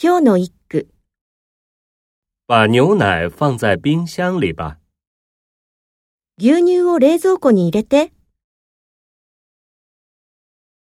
今日の一句、把牛奶放在冰箱里吧。牛乳を冷蔵庫に入れて。